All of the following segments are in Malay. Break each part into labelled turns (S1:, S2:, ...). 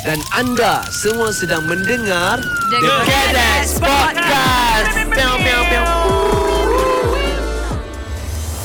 S1: Dan anda semua sedang mendengar
S2: The Kedex Podcast. Piau, piau, piau.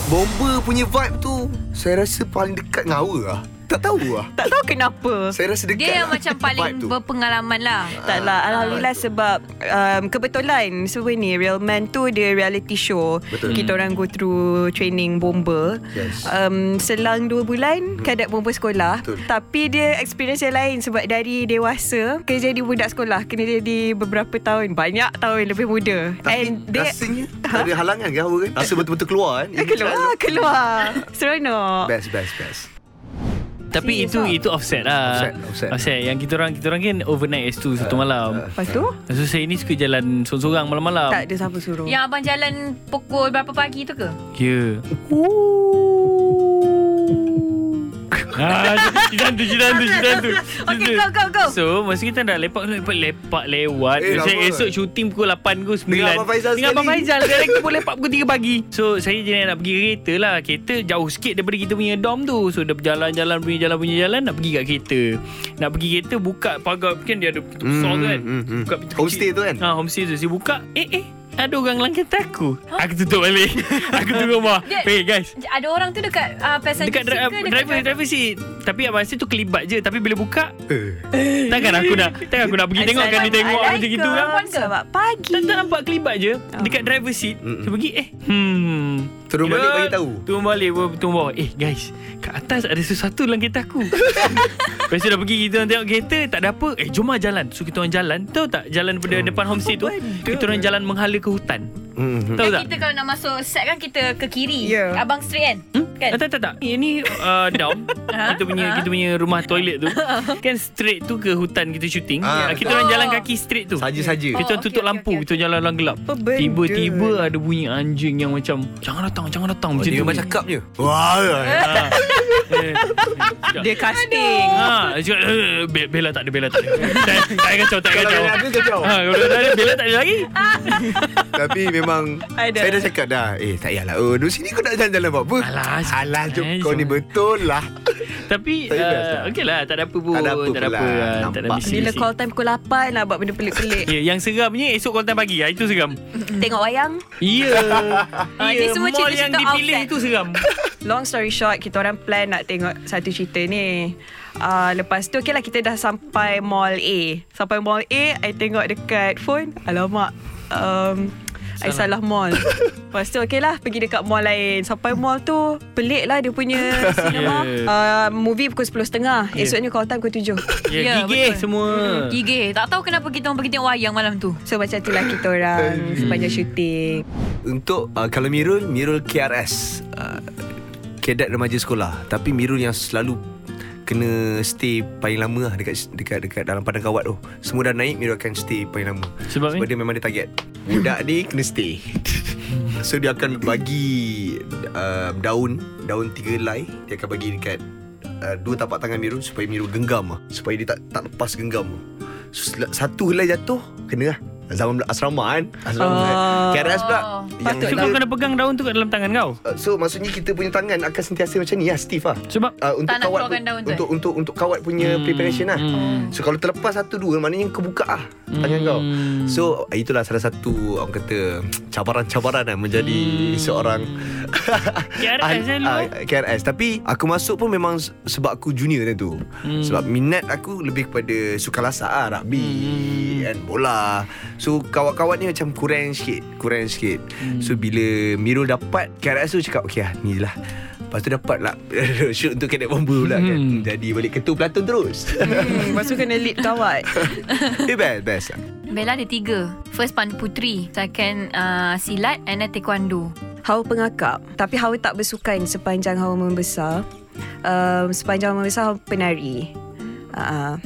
S3: Bomber punya vibe tu Saya rasa paling dekat dengan awal lah Tak tahu lah
S4: Tak tahu kenapa.
S3: Saya rasa dekat
S2: Dia
S3: lah
S2: yang macam
S3: vibe
S2: paling
S3: tu.
S2: berpengalaman lah
S4: Tak
S3: Ah,
S4: lah Alhamdulillah sebab um, Kebetulan Sebab ni Real Man tu Dia reality show
S3: Betul. Hmm.
S4: Kita orang go through Training bomber
S3: Yes. Hmm.
S4: um, Selang 2 bulan Kadet bomber sekolah
S3: Betul.
S4: Tapi dia experience yang lain Sebab dari dewasa Kena jadi budak sekolah Kena jadi beberapa tahun Banyak tahun lebih muda
S3: Tapi
S4: dia-
S3: rasanya Tak
S2: Ha?
S3: ada halangan ke awal kan Rasa betul-betul keluar kan
S4: Eh, Keluar Keluar Seronok
S3: Best best best
S5: Tapi
S4: Serious
S5: itu
S4: ah.
S5: itu offset lah.
S3: Offset, offset. Eh.
S5: Yang kita orang kita orang kan overnight S2 satu malam.
S4: Lepas tu
S5: So saya ni suka jalan seorang-seorang malam-malam.
S4: Tak ada siapa suruh
S2: Yang abang jalan pukul berapa pagi tu ke?
S5: Ya. Ah, jidan tu, jidan tu, jidan tu.
S4: Okay, go, go, go.
S5: So, masa kita dah lepak, lepak, lepak lewat.
S3: Eh,
S5: Eh, saya
S3: lama.
S5: esok syuting pukul 8 ke 9.
S3: Dengan Abang Faizal
S5: Dengan Abang
S3: sekali.
S5: Faizal. Sekarang kita boleh lepak pukul 3 pagi. So, saya jenis nak pergi kereta lah. Kereta jauh sikit daripada kita punya dom tu. So, dah berjalan-jalan punya jalan punya jalan, nak pergi kat kereta. Nak pergi kereta, buka pagar. Kan dia ada pintu besar
S3: Hmm,
S5: kan.
S3: hmm, hmm.
S5: Buka pintu
S3: Homestay
S5: kecil.
S3: tu kan?
S5: Ha, homestay tu. Saya buka. Eh, eh. Ada orang langkat aku. Aku tutup balik. aku tunggu rumah.
S2: Dia-
S5: Hey guys.
S2: Ada orang tu dekat uh, passenger
S5: Dekat
S2: seat
S5: dra-
S2: ke?
S5: driver driver seat. Tapi abang Asyik tu kelibat je. Tapi bila buka,
S3: Eh,
S5: takkan aku nak takkan aku nak pergi tengok kan dia tengok aku macam gitu kan.
S4: Sebab pagi
S5: Tak tak nampak kelibat je dekat driver seat.
S3: Mm-mm.
S5: Saya pergi eh hmm.
S3: Turun
S5: Kira-
S3: balik bagi tahu.
S5: Turun balik bawah- turun bawah. Eh guys, kat atas ada sesuatu dalam kereta aku. Lepas tu dah pergi kita orang tengok kereta tak ada apa. Eh jom lah jalan. So kita orang jalan. Tahu tak jalan daripada depan homestay tu kita orang jalan menghala ke hutan.
S3: hmm, hmm.
S5: Tahu
S2: Kan
S5: tak?
S2: kita kalau nak masuk set kan kita ke kiri
S4: Ya.
S2: Abang straight kan?
S5: Hmm?
S2: Kan?
S5: Kan? Tak tak tak. Ini uh, down. kita punya
S2: Ha?
S5: kita punya rumah toilet tu. kan straight tu ke hutan kita syuting.
S3: Ah,
S5: kita
S2: betul.
S5: orang jalan
S2: Oh.
S5: kaki straight tu.
S3: Saja-saja
S2: Oh. okey,
S5: Kita orang tutup
S2: okey,
S5: lampu,
S2: okey,
S5: kita orang jalan dalam gelap.
S4: Apa benda?
S5: Tiba-tiba ada bunyi anjing yang macam jangan datang, jangan datang
S3: Oh,
S5: macam
S3: Dia
S5: tu.
S3: macam cup je Wah
S5: Ha. Eh.
S4: Dia casting
S5: Ha, dia cakap "Eh, Be- Bella tak ada Bella tak ada. tak, tak kacau, tak
S3: Kalau
S5: kacau.
S3: nak ada kacau
S5: Ha, kalau tak ada Bella tak ada lagi.
S2: Ah.
S3: Tapi memang
S4: Ada.
S3: Saya dah cakap dah Eh tak payahlah Oh duduk sini kau nak jalan-jalan buat apa
S5: Alah,
S3: Alah jom
S5: eh,
S3: kau
S5: jom.
S3: ni betul lah
S5: Tapi
S3: Tak ada best lah.
S5: uh, okey lah, tak ada apa pun.
S3: Tak ada apa
S5: tak ada
S3: pula.
S5: apa. ah, Tak ada
S3: Nampak.
S5: misi.
S4: Bila call time pukul 8 lah Buat benda pelik-pelik
S5: Ya, yang seramnya esok kau datang pagi. Ah, itu seram.
S4: Tengok wayang
S5: Ya.
S2: Ah, dia
S5: Ya,
S2: semua cerita
S5: mall yang
S2: cerita
S5: dipilih
S2: outlet.
S5: tu seram.
S4: Long story short Kita orang plan nak tengok Satu cerita ni uh, Lepas tu Okay lah kita dah sampai Mall A Sampai mall A I tengok dekat phone Alamak um, I salah mall Lepas tu okay lah Pergi dekat mall lain Sampai mall tu Pelik lah dia punya Cinema yeah. uh, Movie pukul 10.30 yeah. Esoknya call time pukul 7
S5: Ya,
S2: Ya,
S5: gigih
S2: betul.
S5: semua.
S2: Gigih Tak tahu kenapa kita orang pergi tengok wayang malam tu
S4: So macam tu lah kita orang Sepanjang syuting
S3: Untuk uh, kalau Mirul Mirul KRS uh, Kedat remaja sekolah Tapi Mirul yang selalu Kena stay paling lama lah Dekat dekat, dekat dalam padang kawat tu Semua dah naik Mirul akan stay paling lama
S5: Sebab
S3: Sebab
S5: ni?
S3: dia memang dia target Budak ni kena stay So dia akan bagi uh, Daun Daun tiga helai Dia akan bagi dekat uh, Dua tapak tangan Mirul Supaya Mirul genggam lah Supaya dia tak, tak lepas genggam so, sel- Satu helai jatuh Kena lah Zaman asrama kan Asrama kan
S4: Oh.
S3: KRS pula yang
S5: So,
S3: dia-
S5: kau kena pegang daun tu kat dalam tangan kau.
S3: Uh, So maksudnya kita punya tangan akan sentiasa macam ni lah Steve lah
S5: Sebab
S3: uh, untuk
S2: Tak nak
S3: kawat
S2: keluarkan daun tu,
S3: untuk, untuk untuk kawat punya
S5: Hmm,
S3: preparation lah.
S5: hmm.
S3: So kalau terlepas satu dua maknanya kau buka ah tangan kau. So uh, itulah salah satu orang kata cabaran-cabaran lah menjadi
S2: Hmm.
S3: seorang
S5: KRS eh, lu?
S3: ah, KRS tapi aku masuk pun memang se- sebab aku junior tadi tu.
S5: Hmm.
S3: Sebab minat aku lebih kepada sukalasa ah rugby
S5: Hmm.
S3: kan bola. So kawan-kawan ni macam kurang sikit, kurang sikit.
S5: Hmm.
S3: So bila Mirul dapat KRS tu cakap okey lah ni je lah. Lepas tu dapat lah Shoot untuk cadet bomber pula kan
S5: Hmm.
S3: Jadi balik ketua pelatun terus
S4: Hmm, lepas tu kena lead kawat
S3: Eh best best
S2: Bella ada tiga First Pan Putri Second uh, Silat And then Taekwondo
S4: Hawa pengakap Tapi Hawa tak bersukan Sepanjang Hawa membesar um, Sepanjang Hawa membesar Hawa penari uh,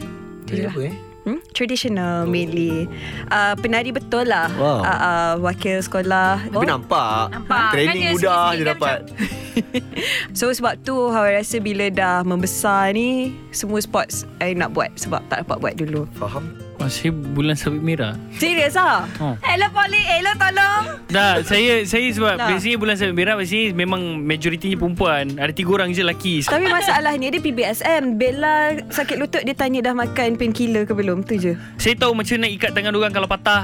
S3: Dia apa eh?
S4: hmm? Traditional mainly uh, Penari betul lah
S3: Wow.
S4: uh, uh, Wakil sekolah Oh.
S3: Tapi nampak,
S2: Nampak.
S3: Training
S2: Kan dia
S3: mudah
S2: sikit-sikit
S3: je
S2: kan
S3: dapat
S4: So sebab tu Hawa rasa bila dah membesar ni Semua sports I nak buat Sebab tak dapat buat dulu
S3: Faham
S5: Oh, saya bulan sabit merah.
S4: Serius ah?
S5: Oh.
S4: Hello Polly, hello tolong.
S5: Dah, saya saya sebab
S4: Dah.
S5: biasanya bulan sabit merah biasanya memang majoritinya perempuan. Ada tiga orang je lelaki.
S4: Tapi masalahnya dia PBSM. Bella sakit lutut dia tanya dah makan painkiller ke belum. Tu je.
S5: Saya tahu macam mana nak ikat tangan orang kalau patah.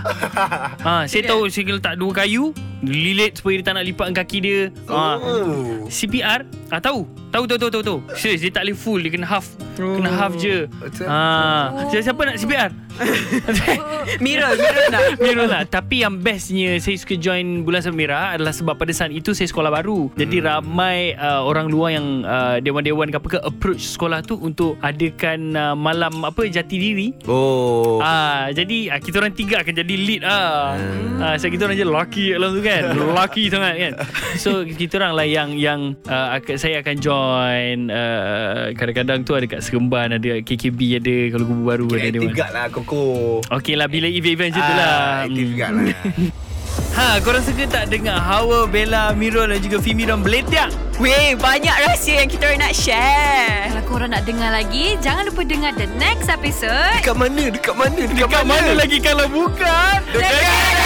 S5: ha, saya tahu saya kena letak dua kayu, lilit supaya dia tak nak lipat dengan kaki dia. Ha.
S3: Oh.
S5: CPR ah tahu tahu tahu tahu tahu tahu serius dia tak boleh full dia kena half kena half je
S3: Betul.
S5: ah siapa, siapa nak CPR
S4: Mira, Mira nak.
S5: Mira lah Tapi yang bestnya Saya suka join Bulan Sabit Merah Adalah sebab pada saat itu Saya sekolah baru Jadi ramai uh, Orang luar yang uh, Dewan-dewan ke apa ke Approach sekolah tu Untuk adakan uh, Malam apa Jati diri
S3: Oh.
S5: Ah, jadi ah, kita orang tiga akan jadi lead ah.
S3: Hmm.
S5: ah so kita orang je lucky dalam tu kan. lucky sangat kan. So kita orang lah yang yang uh, saya akan join uh, kadang-kadang tu ada kat Seremban ada KKB ada kalau kubu baru ada
S3: Aktif
S5: dia.
S3: guard lah Koko.
S5: Okey lah bila event-event macam tu lah
S3: Aktif guard Ah, lah.
S5: Ha korang suka tak dengar Hawa, Bella, Mirul dan juga Fimi dan Beletiak
S4: Weh, banyak rahsia yang kita orang nak share.
S2: Kalau korang nak dengar lagi, jangan lupa dengar the next episode.
S5: lah
S3: Dekat mana? Dekat mana? Dekat,
S5: Kat mana lagi kalau bukan
S3: Dekat